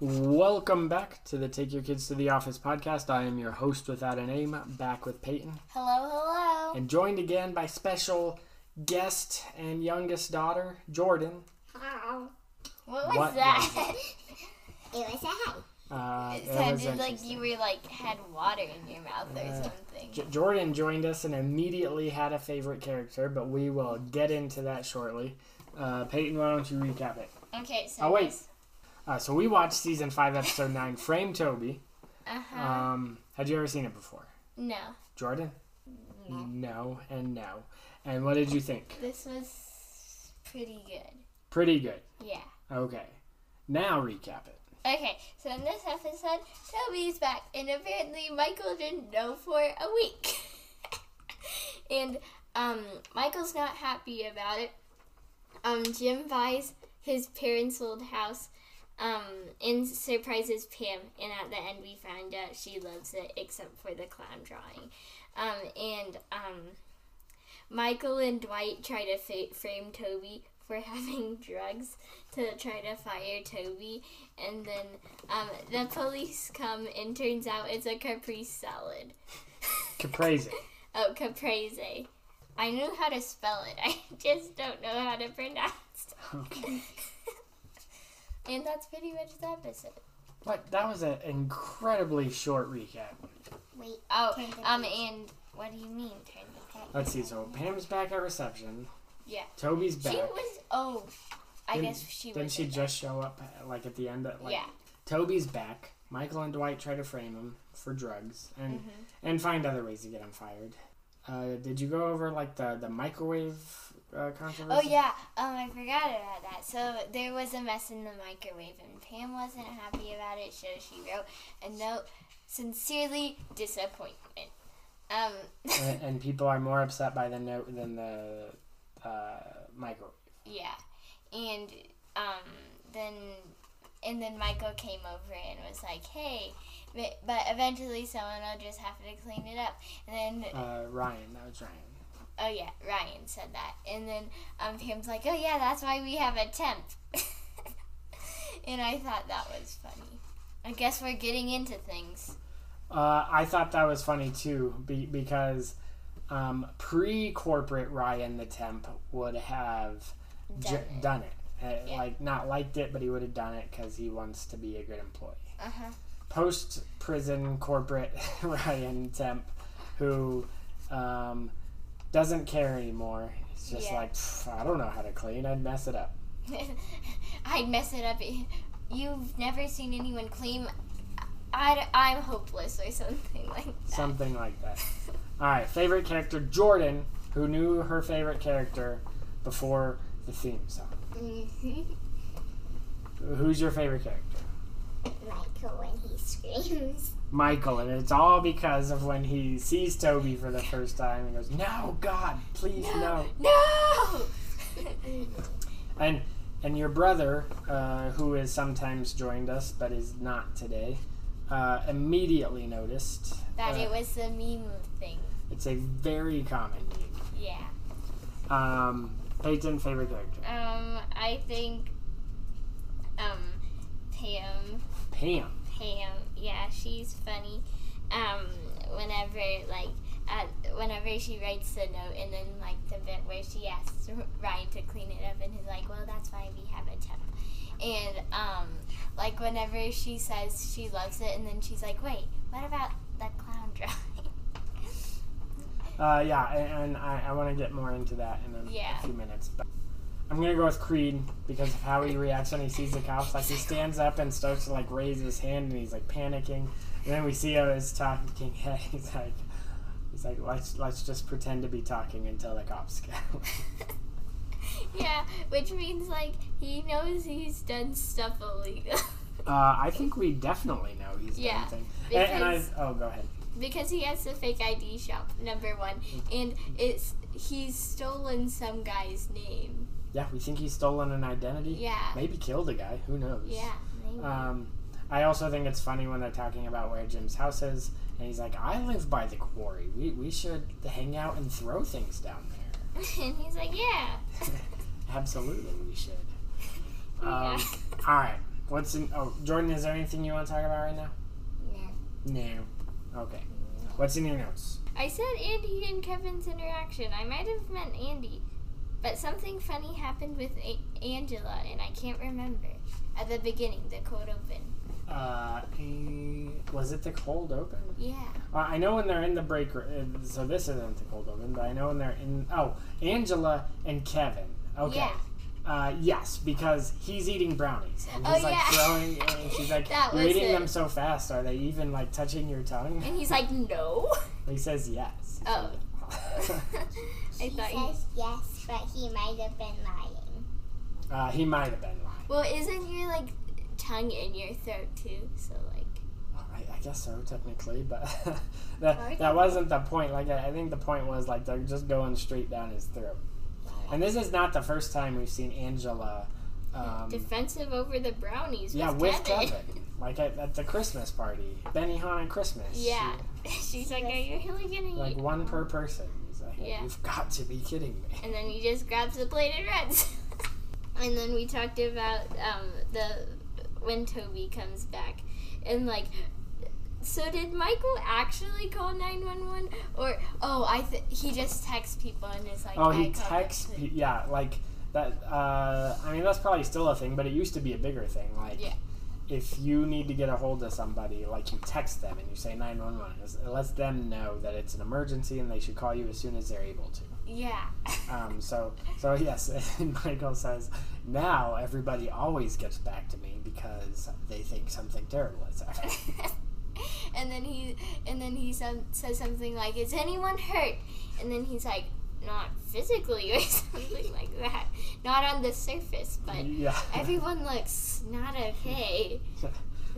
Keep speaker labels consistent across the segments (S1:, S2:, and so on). S1: Welcome back to the Take Your Kids to the Office podcast. I am your host without a name, back with Peyton,
S2: Hello, hello.
S1: and joined again by special guest and youngest daughter, Jordan.
S2: What was
S1: What
S2: that?
S3: It was a hat.
S1: Uh,
S2: it
S1: it was
S2: sounded like
S1: interesting.
S2: you were like had water in your mouth or something.
S1: J- Jordan joined us and immediately had a favorite character, but we will get into that shortly. Uh, Peyton, why don't you recap it?
S2: Okay, so
S1: Oh, wait.
S2: this-
S1: Uh, so we watched season five, episode nine, Frame Toby.
S2: Uh-huh.
S1: Um, had you ever seen it before?
S2: no,
S1: Jordan? No. and no. And what did you think?
S2: this was pretty good.
S1: Pretty good.
S2: Yeah.
S1: Okay. Now recap it.
S2: Okay, so in this episode, Toby's back, and apparently Michael didn't know for a week. and um, Michael's not happy about it. Um, Jim buys his parents' old house um, and surprises Pam, and at the end, we find out she loves it except for the clown drawing. Um, and um, Michael and Dwight try to fa- frame Toby for having drugs to try to fire Toby, and then um, the police come, and turns out it's a Capri salad.
S1: Caprese.
S2: Oh, caprese. I knew how to spell it. I just don't know how to pronounce. it.
S1: okay.
S2: And that's pretty much the episode.
S1: But that was an incredibly short recap.
S3: Wait,
S2: Oh,
S3: Turn the
S2: um,
S3: page.
S2: and what do you mean? Turn the page?
S1: Let's see. So Pam's back at reception.
S2: Yeah.
S1: Toby's back.
S2: She was. Oh, I
S1: Didn't-
S2: guess she
S1: Didn't
S2: was.
S1: she just show up like at the end? At, like,
S2: yeah.
S1: Toby's back. Michael and Dwight try to frame him for drugs and
S2: Mm-hmm.
S3: Mm-hmm.
S1: and find other ways to get him fired. Uh, did you go over like the the microwave uh,
S2: Oh
S1: controversy?
S2: yeah, um, I forgot about that. So there was a mess in the microwave, and Pam wasn't happy about it, so she wrote a note, "Sincerely disappointment." Um,
S1: and, and people are more upset by the note than the uh, microwave.
S2: yeah, and um, then and then Michael came over and was like, "Hey," but, but eventually someone will just have to clean it up. And then
S1: Uh, Ryan, that was Ryan.
S2: oh yeah, Ryan said that, and then um, Pam's like, "Oh yeah, that's why we have a temp." and I thought that was funny. I guess we're getting into things.
S1: Uh, I thought that was funny too be- because um, pre corporate Ryan the temp would have j-
S2: Done it.
S1: done it. Uh,
S2: Yeah.
S1: Like, not liked it, but he would have done it because he wants to be a good employee.
S2: Uh huh.
S1: Post prison corporate Ryan temp who um, doesn't care anymore. It's just
S2: Yeah.
S1: like, "Pff, I don't know how to clean, I'd mess it up.
S2: I'd mess it up. You've never seen anyone claim I, I'm hopeless or something like that.
S1: Something like that. All right, favorite character Jordan, who knew her favorite character before the theme song.
S2: Mm-hmm.
S1: Who's your favorite character?
S3: Michael when he screams.
S1: Michael, and it's all because of when he sees Toby for the first time and goes, "No, God, please, no!"
S2: No!
S1: And and your brother, uh, who has sometimes joined us but is not today, uh, immediately noticed
S2: that
S1: uh,
S2: it was the meme thing.
S1: It's a very common name.
S2: Yeah.
S1: Um, Peyton, favorite character
S2: Um, I think, um, Pam,
S1: Pam.
S2: Pam, yeah, she's funny. Um, whenever, like, uh, whenever she writes the note and then, like, the bit where she asks Ryan to clean it up and he's like, well, that's why we have a temp. And, um, like, whenever she says she loves it and then she's like, wait, what about the clown drawing?
S1: Uh, yeah, and, and I, I want to get more into that in a,
S2: Yeah.
S1: a few minutes. But I'm gonna go with Creed because of how he reacts when he sees the cops. Like he stands up and starts to like raise his hand, and he's like panicking. And then we see him as talking head. He's like, he's like, let's let's just pretend to be talking until the cops go.
S2: yeah, which means, like, he knows he's done stuff illegal.
S1: Uh, I think we definitely know he's
S2: Yeah,
S1: done things. And, and I,
S2: because-
S1: oh, go ahead.
S2: because he has the fake ID shop number one, and it's he's stolen some guy's name.
S1: Yeah, we think he's stolen an identity.
S2: Yeah,
S1: Maybe killed a guy. Who knows?
S2: yeah, maybe.
S1: Um, I also think it's funny when they're talking about where Jim's house is, and he's like, "I live by the quarry. We we should hang out and throw things down there.
S2: and he's like, yeah,
S1: Absolutely, we should." Um, all right. What's in? Oh, Jordan, is there anything you want to talk about right now?
S3: No.
S1: No. Okay. What's in your notes?
S2: I said Andy and Kevin's interaction. I might have meant Andy, but something funny happened with A- Angela, and I can't remember. At the beginning, the cold open.
S1: Uh, eh, was it the cold open?
S2: Yeah.
S1: Uh, I know when they're in the break room. So this isn't the cold open, but I know when they're in. Oh, Angela and Kevin. Okay.
S2: Yeah.
S1: Uh, yes, because he's eating brownies and
S2: Oh,
S1: he's like
S2: yeah.
S1: throwing, and she's like,
S2: That
S1: "You're
S2: was
S1: eating
S2: it.
S1: them so fast. Are they even like touching your tongue?"
S2: And he's like, no.
S1: He says, "Yes."
S2: Oh. I
S3: He
S2: thought you.
S3: says yes, but he might have been lying.
S1: uh, he might have been lying.
S2: Well, isn't your like tongue in your throat too? So like.
S1: I, I guess so, technically, but that,
S3: Right.
S1: that wasn't the point. Like, I, I think the point was like they're just going straight down his throat. And this is not the first time we've seen Angela. Um,
S2: defensive over the brownies.
S1: yeah,
S2: with
S1: with
S2: Kevin.
S1: Kevin, like at, at the Christmas party, Benihana Christmas.
S2: Yeah. She's like, are you really gonna
S1: She- like
S2: eat?
S1: one per person. He's like,
S2: Yeah.
S1: you've got to be kidding me.
S2: and then he just grabs the plate and runs. and then we talked about um, the when Toby comes back, and like, so did Michael actually call nine one one or oh I th- he just texts people and is like
S1: Oh,
S2: I
S1: he
S2: called
S1: texts.
S2: the
S1: pe-
S2: police.
S1: Yeah, like that. Uh, I mean, that's probably still a thing, but it used to be a bigger thing. Like,
S2: Yeah.
S1: if you need to get a hold of somebody, like you text them and you say nine one one. It lets them know that it's an emergency and they should call you as soon as they're able to.
S2: yeah
S1: Um, so, so yes, and Michael says now everybody always gets back to me because they think something terrible has happened.
S2: and then he and then he some, says something like is anyone hurt and then he's like not physically or something like that not on the surface but
S1: yeah,
S2: everyone looks not okay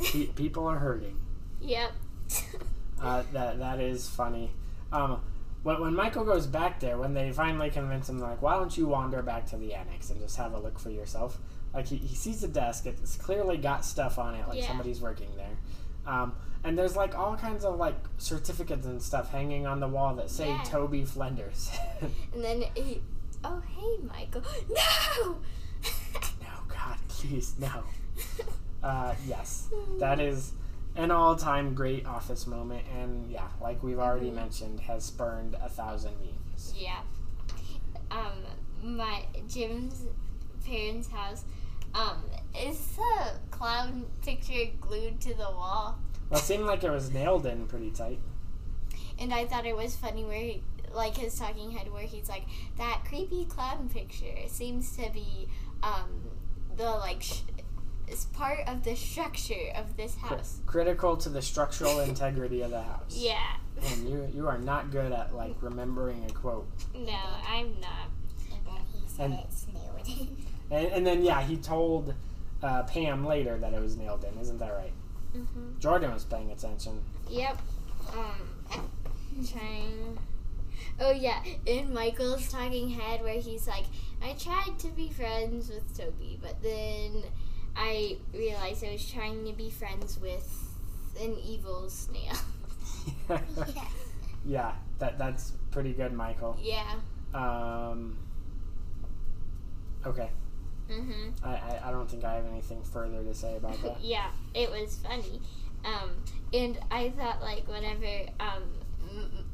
S1: Pe- people are hurting.
S2: Yep.
S1: Uh, that that is funny. Um, when, when Michael goes back there, when they finally convince him, like, why don't you wander back to the annex and just have a look for yourself? Like he, he sees a desk, it's clearly got stuff on it, like
S2: Yeah.
S1: somebody's working there. Um, and there's like all kinds of like certificates and stuff hanging on the wall that say
S2: Yeah.
S1: Toby Flenders.
S2: and then he, oh hey Michael, no.
S1: no, God, please, no. Uh, yes, that is an all-time great office moment, and yeah, like we've already
S2: Mhm.
S1: mentioned, has spurned a thousand memes.
S2: yeah. Um, my Jim's parents' house. Um, is the clown picture glued to the wall?
S1: Well, it seemed like it was nailed in pretty tight.
S2: And I thought it was funny where he, like his talking head where he's like that creepy clown picture seems to be um the like sh- is part of the structure of this house.
S1: Critical to the structural integrity of the house.
S2: Yeah.
S1: And you you are not good at like remembering a quote.
S2: No, I'm not.
S3: And then he said
S1: And-
S3: it snowed.
S1: And, and then yeah, he told uh, Pam later that it was nailed in. Isn't that right?
S2: Mm-hmm.
S1: Jordan was paying attention.
S2: Yep. Um, trying. Oh yeah, in Michael's talking head where he's like, I tried to be friends with Toby, but then I realized I was trying to be friends with an evil snail.
S3: yeah.
S1: yeah, that that's pretty good, Michael.
S2: yeah.
S1: Um, okay,
S2: Mhm.
S1: I, I I don't think I have anything further to say about that.
S2: yeah, it was funny. Um, and I thought like whenever um, M- M-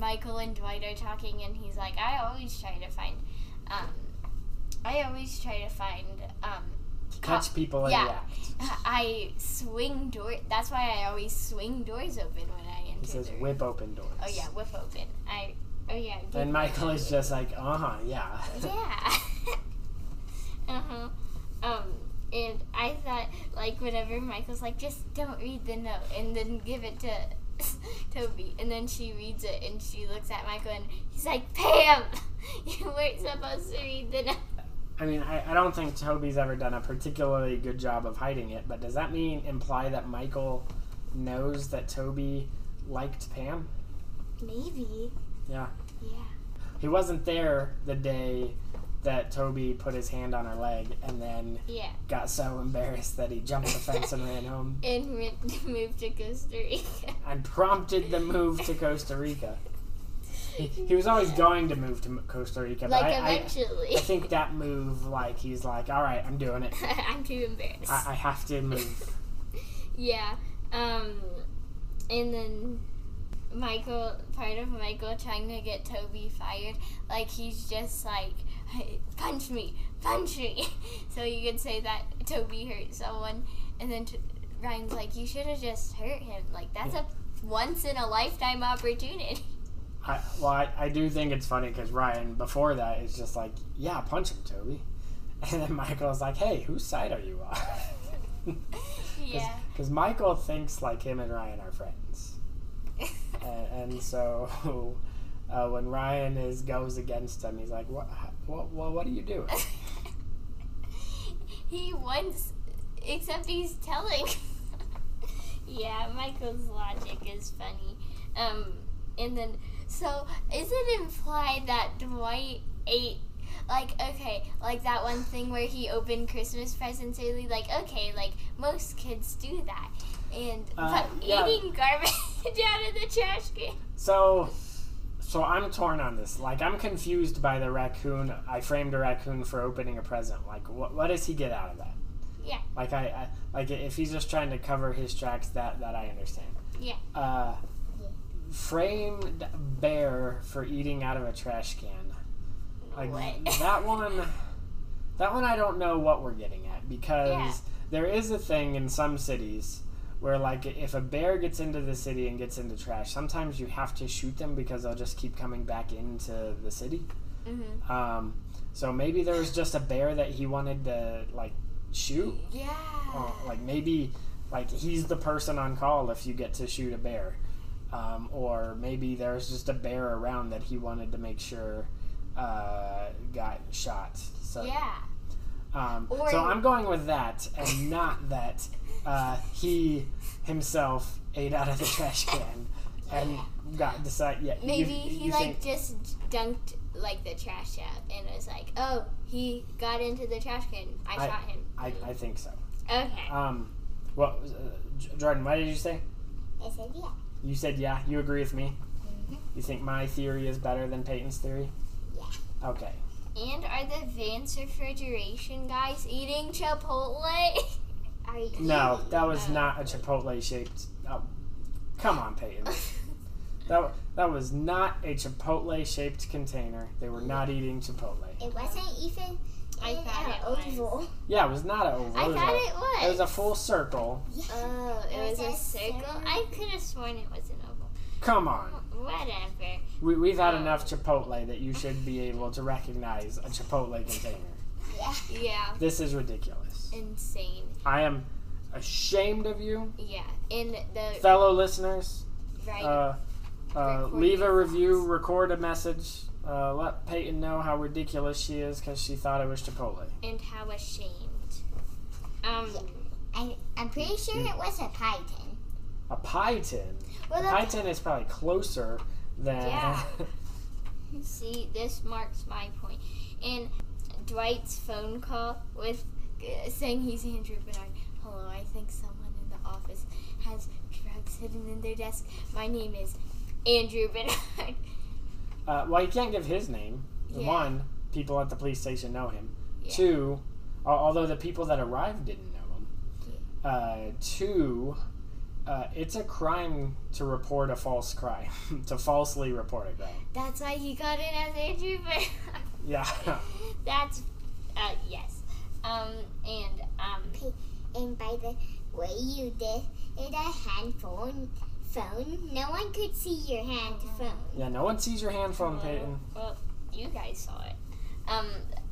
S2: Michael and Dwight are talking, and he's like, I always try to find, um, I always try to find. Um,
S1: Catch people in
S2: Yeah.
S1: the act.
S2: I swing door. That's why I always swing doors open when I enter.
S1: He says
S2: the room.
S1: whip open doors.
S2: Oh yeah, whip open. I. Oh yeah. I did
S1: And Michael
S2: that.
S1: is just like, uh huh, yeah.
S2: Yeah. uh huh. Um, and I thought, like, whenever Michael's like, just don't read the note and then give it to Toby. And then she reads it and she looks at Michael and he's like, Pam, you weren't supposed to read the note.
S1: I mean, I, I don't think Toby's ever done a particularly good job of hiding it, but does that mean imply that Michael knows that Toby liked Pam?
S2: Maybe.
S1: Yeah.
S2: Yeah.
S1: He wasn't there the day that Toby put his hand on her leg and then
S2: Yeah.
S1: got so embarrassed that he jumped the fence and ran home
S2: And re- moved to Costa Rica.
S1: and prompted the move to Costa Rica. He, he was always going to move to Costa Rica, but
S2: like
S1: I, I,
S2: eventually.
S1: I think that move, like he's like, all right, I'm doing it.
S2: I'm too embarrassed.
S1: I, I have to move.
S2: yeah. Um, and then Michael, part of Michael trying to get Toby fired, like he's just like, punch me, punch me. so you could say that Toby hurt someone, and then t- Ryan's like, you should have just hurt him. Like that's a once in a lifetime opportunity.
S1: I, well, I, I do think it's funny because Ryan before that is just like, yeah, punch him, Toby, and then Michael's like, hey, whose side are you on?
S2: yeah.
S1: Because Michael thinks like him and Ryan are friends, and, and so uh, when Ryan is goes against him, he's like, what, what, what, what are you doing?
S2: he once, except he's telling. yeah, Michael's logic is funny. Um, and then so is it implied that Dwight ate? Like okay, like that one thing where he opened Christmas presents early. Like okay, like most kids do that, and
S1: Uh,
S2: but
S1: yeah.
S2: eating garbage out of the trash can.
S1: So, so I'm torn on this. Like, I'm confused by the raccoon. I framed a raccoon for opening a present. Like, what, what does he get out of that?
S2: Yeah.
S1: Like, I, I like if he's just trying to cover his tracks. That that I understand.
S2: Yeah.
S1: Uh, framed bear for eating out of a trash can. Like
S2: What?
S1: that one. That one I don't know what we're getting at because
S2: Yeah.
S1: there is a thing in some cities where like if a bear gets into the city and gets into trash, sometimes you have to shoot them because they'll just keep coming back into the city.
S2: Mhm.
S1: Um, so maybe there was just a bear that he wanted to like shoot.
S2: Yeah.
S1: Or, uh, like maybe like he's the person on call if you get to shoot a bear. Um, or maybe there was just a bear around that he wanted to make sure uh, got shot. So
S2: Yeah.
S1: um,
S2: Or-
S1: so I'm going with that, and not that uh, he himself ate out of the trash can and got decide. Yeah, you-
S2: Maybe
S1: you,
S2: he
S1: you think-
S2: like just dunked like the trash out and was like, "Oh, he got into the trash can. I,
S1: I-
S2: shot him."
S1: I, I think so.
S2: okay.
S1: Um, what was, uh, J- Jordan? What did you say?
S3: I said yeah.
S1: You said yeah. You agree with me?
S3: Mhm.
S1: You think my theory is better than Peyton's theory?
S3: Yeah.
S1: Okay.
S2: and are the Vance refrigeration guys eating Chipotle?
S3: Are you
S1: No,
S3: eating?
S1: that was
S2: Uh,
S1: not a Chipotle shaped. Oh, come on, Peyton. That that was not a Chipotle shaped container. They were not eating Chipotle.
S3: It wasn't even
S2: I
S3: in
S2: thought
S3: an
S2: it was.
S3: oval.
S1: Yeah, it was not an oval.
S2: I
S1: was
S2: thought
S1: a-
S2: it was.
S1: It was a full circle.
S2: Oh, it was, a circle. I could have sworn it was an oval.
S1: Come on.
S2: Whatever.
S1: We, we've had enough Chipotle that you should be able to recognize a Chipotle container.
S3: Yeah.
S2: Yeah.
S1: This is ridiculous.
S2: Insane.
S1: I am ashamed of you,
S2: Yeah. In the
S1: fellow listeners.
S2: right.
S1: Uh, uh,
S2: Recording
S1: leave a review,
S2: thoughts.
S1: record a message. Uh, let Peyton know how ridiculous she is because she thought it was Chipotle.
S2: and how ashamed. Um.
S3: I, I'm pretty sure it was a pie tin.
S1: A pie tin.
S2: Well,
S1: a
S2: the
S1: pie tin is probably closer than.
S2: Yeah. See, this marks my point. And Dwight's phone call with uh, saying he's Andrew Bernard. Hello, I think someone in the office has drugs hidden in their desk. My name is Andrew Bernard.
S1: Uh, well, you can't give his name.
S2: Yeah.
S1: One, people at the police station know him.
S2: Yeah.
S1: Two, al- although the people that arrived didn't know him. Uh, two, uh, it's a crime to report a false crime, to falsely report a crime.
S2: That's why he got in as Andrew Bernard.
S1: Yeah.
S2: That's uh, yes. Um and um
S3: And by the way you did it a hand phone phone, no one could see your hand
S2: Uh-huh.
S3: phone.
S1: yeah, no one sees your hand phone,
S2: Well,
S1: Peyton.
S2: Well, you guys saw it. Um,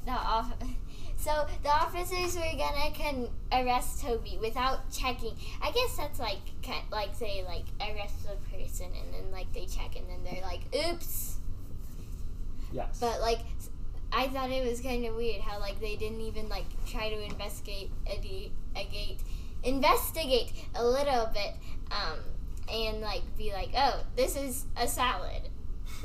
S2: the off- so the officers were gonna con- arrest Toby without checking. I guess that's like ki- like they like arrest the person and then like they check and then they're like, oops.
S1: Yes.
S2: But like, s- I thought it was kind of weird how like they didn't even like try to investigate a, de- a gate, investigate a little bit, um, and like be like, oh, this is a salad.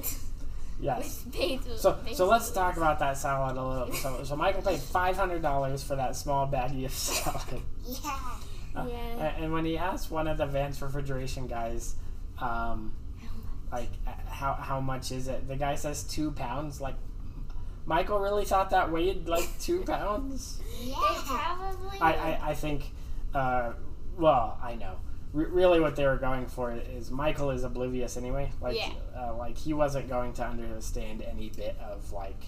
S1: yes.
S2: With
S1: So,
S2: basil.
S1: so
S2: basil
S1: let's
S2: leaves.
S1: talk about that salad a little. So, so Michael paid five hundred dollars for that small baggie of salad.
S3: Yeah.
S1: Uh,
S2: Yeah.
S1: A- And when he asked one of the Vance refrigeration guys, um, like a- how how much is it? The guy says two pounds. Like Michael really thought that weighed like two pounds.
S2: It
S3: Yeah.
S2: probably.
S1: I I, I think, uh, well, I know. Re- really, what they were going for is Michael is oblivious anyway. Like
S2: Yeah.
S1: uh, like he wasn't going to understand any bit of like.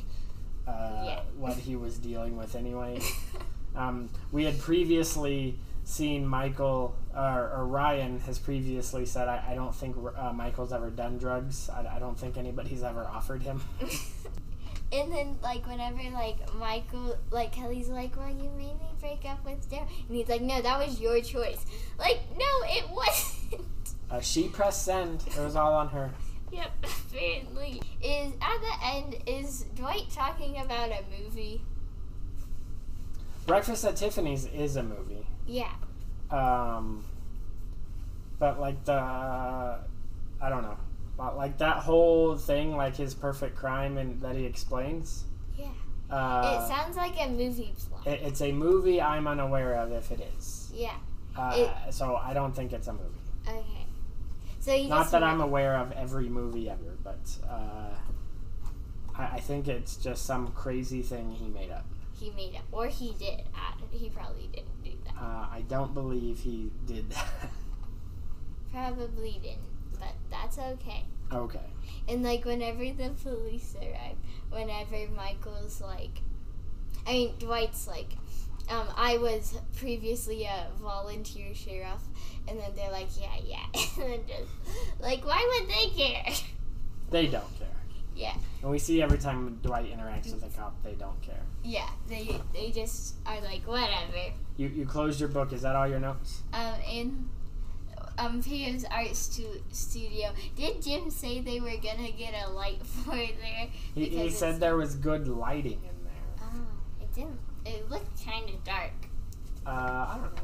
S1: Uh,
S2: Yeah.
S1: What he was dealing with, anyway. Um, we had previously seen Michael, or, or Ryan has previously said, I, I don't think uh, Michael's ever done drugs. I, I don't think anybody's ever offered him.
S2: and then like whenever like Michael like Kelly's like, well, you made me break up with Daryl, and he's like, no, that was your choice. Like, no, it wasn't.
S1: Uh, she pressed send. It was all on her.
S2: Yep, apparently. Is at the end is Dwight talking about a movie?
S1: Breakfast at Tiffany's is a movie.
S2: Yeah.
S1: Um, but like the, I don't know. But like that whole thing, like his perfect crime and that he explains.
S2: Yeah.
S1: Uh,
S2: it sounds like a movie plot.
S1: it- it's a movie I'm unaware of if it is.
S2: yeah.
S1: Uh, so I don't think it's a movie.
S2: Okay. So you
S1: Not
S2: just
S1: that
S2: kn-
S1: I'm aware of every movie ever, but uh, I, I think it's just some crazy thing he made up.
S2: he made up or he did. I, he probably didn't do that.
S1: Uh, I don't believe he did that.
S2: Probably didn't, but that's okay.
S1: okay.
S2: And like whenever the police arrive, whenever Michael's like, I mean Dwight's like, um, I was previously a volunteer sheriff, and then they're like, yeah, yeah, and then just like, why would they care?
S1: They don't care.
S2: Yeah.
S1: And we see every time Dwight interacts with a cop, they don't care.
S2: Yeah, they they just are like whatever.
S1: You, you closed your book. Is that all your notes?
S2: Um, and um, Pam's art stu- studio. Did Jim say they were gonna get a light for there?
S1: He,
S2: Because
S1: he
S2: it's-
S1: said there was good lighting in there.
S2: Oh, it didn't. It looked kind of dark.
S1: Uh, I don't know.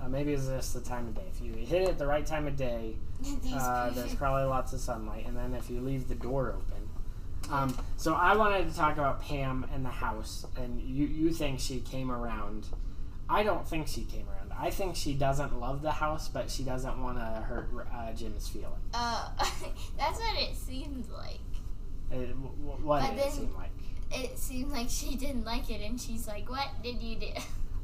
S1: Uh, maybe it's just the time of day. If you hit it the right time of day,
S2: There's
S1: uh, there's probably lots of sunlight, and then if you leave the door open. Um, so I wanted to talk about Pam and the house, and you, you think she came around. I don't think she came around. I think she doesn't love the house, but she doesn't want to hurt uh, Jim's feeling.
S2: Oh, that's what it seemed like.
S1: It, w- w- what
S2: But
S1: did
S2: then-
S1: it seem like?
S2: It seemed like she didn't like it, and she's like, "What did you do?"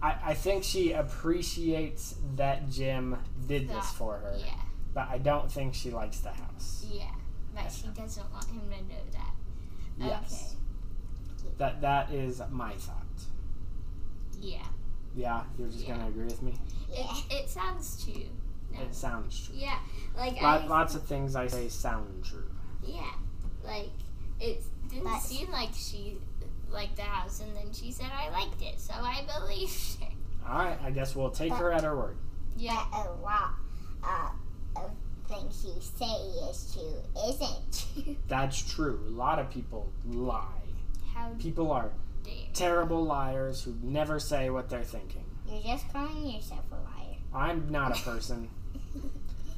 S1: I, I think she appreciates that Jim did this
S2: That-
S1: for her,
S2: Yeah,
S1: but I don't think she likes the house.
S2: yeah, but she doesn't want him to know that.
S1: Yes. That, that is my thought.
S2: Yeah,
S1: Yeah, you're just
S2: Yeah.
S1: going to agree with me?
S3: Yeah.
S2: it, it sounds true. No.
S1: It sounds true.
S2: Yeah, like
S1: Lot,
S2: I,
S1: lots of things I say sound true.
S2: yeah, like it didn't
S3: But-
S2: seem like she liked the house, and then she said, "I liked it," so I believed her.
S1: All right, I guess we'll take her at her word.
S2: Yeah,
S3: A lot uh, of things you say is true isn't true.
S1: That's true. A lot of people lie.
S2: how
S1: People are
S2: dare?
S1: terrible liars who never say what they're thinking.
S3: You're just calling yourself a liar.
S1: I'm not a person.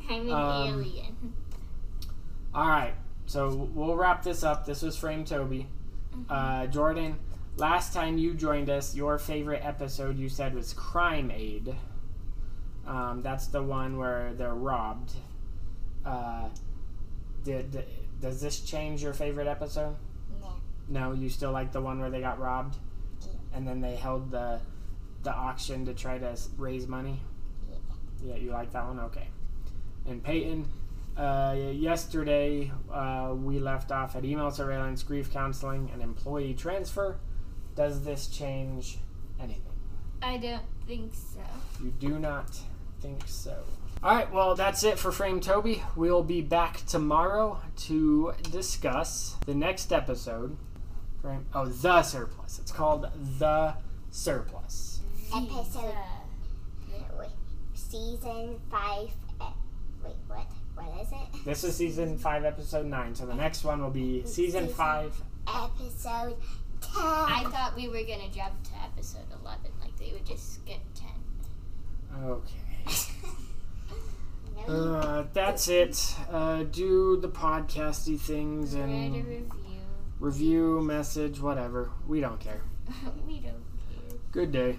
S2: I'm an
S1: Um,
S2: alien.
S1: All right, so we'll wrap this up. This was Frame Toby. Uh, Jordan, last time you joined us, your favorite episode you said was Crime Aid. Um, that's the one where they're robbed. Uh, did, does this change your favorite episode?
S3: No.
S1: No, you still like the one where they got robbed,
S3: Yeah.
S1: and then they held the the auction to try to s- raise money. Yeah, you like that one, okay. And Peyton, uh, yesterday uh, we left off at email surveillance, grief counseling, and employee transfer. Does this change anything?
S2: I don't think so.
S1: You do not think so. All right, well, that's it for Frame Toby. We'll be back tomorrow to discuss the next episode. Frame, oh, The Surplus. It's called The Surplus.
S3: Episode.
S2: uh,
S3: Wait, season five. eh, Wait, what? What is it?
S1: This is season 5, episode 9, so the next one will be season
S3: Season-
S1: 5.
S3: Episode ten.
S2: I thought we were gonna jump to episode eleven, like they would just skip ten.
S1: Okay.
S3: no,
S1: Uh, that's it. Uh, do the podcasty things
S2: Write a
S1: and
S2: review.
S1: review, message, whatever. We don't care.
S2: we don't care.
S1: Good day.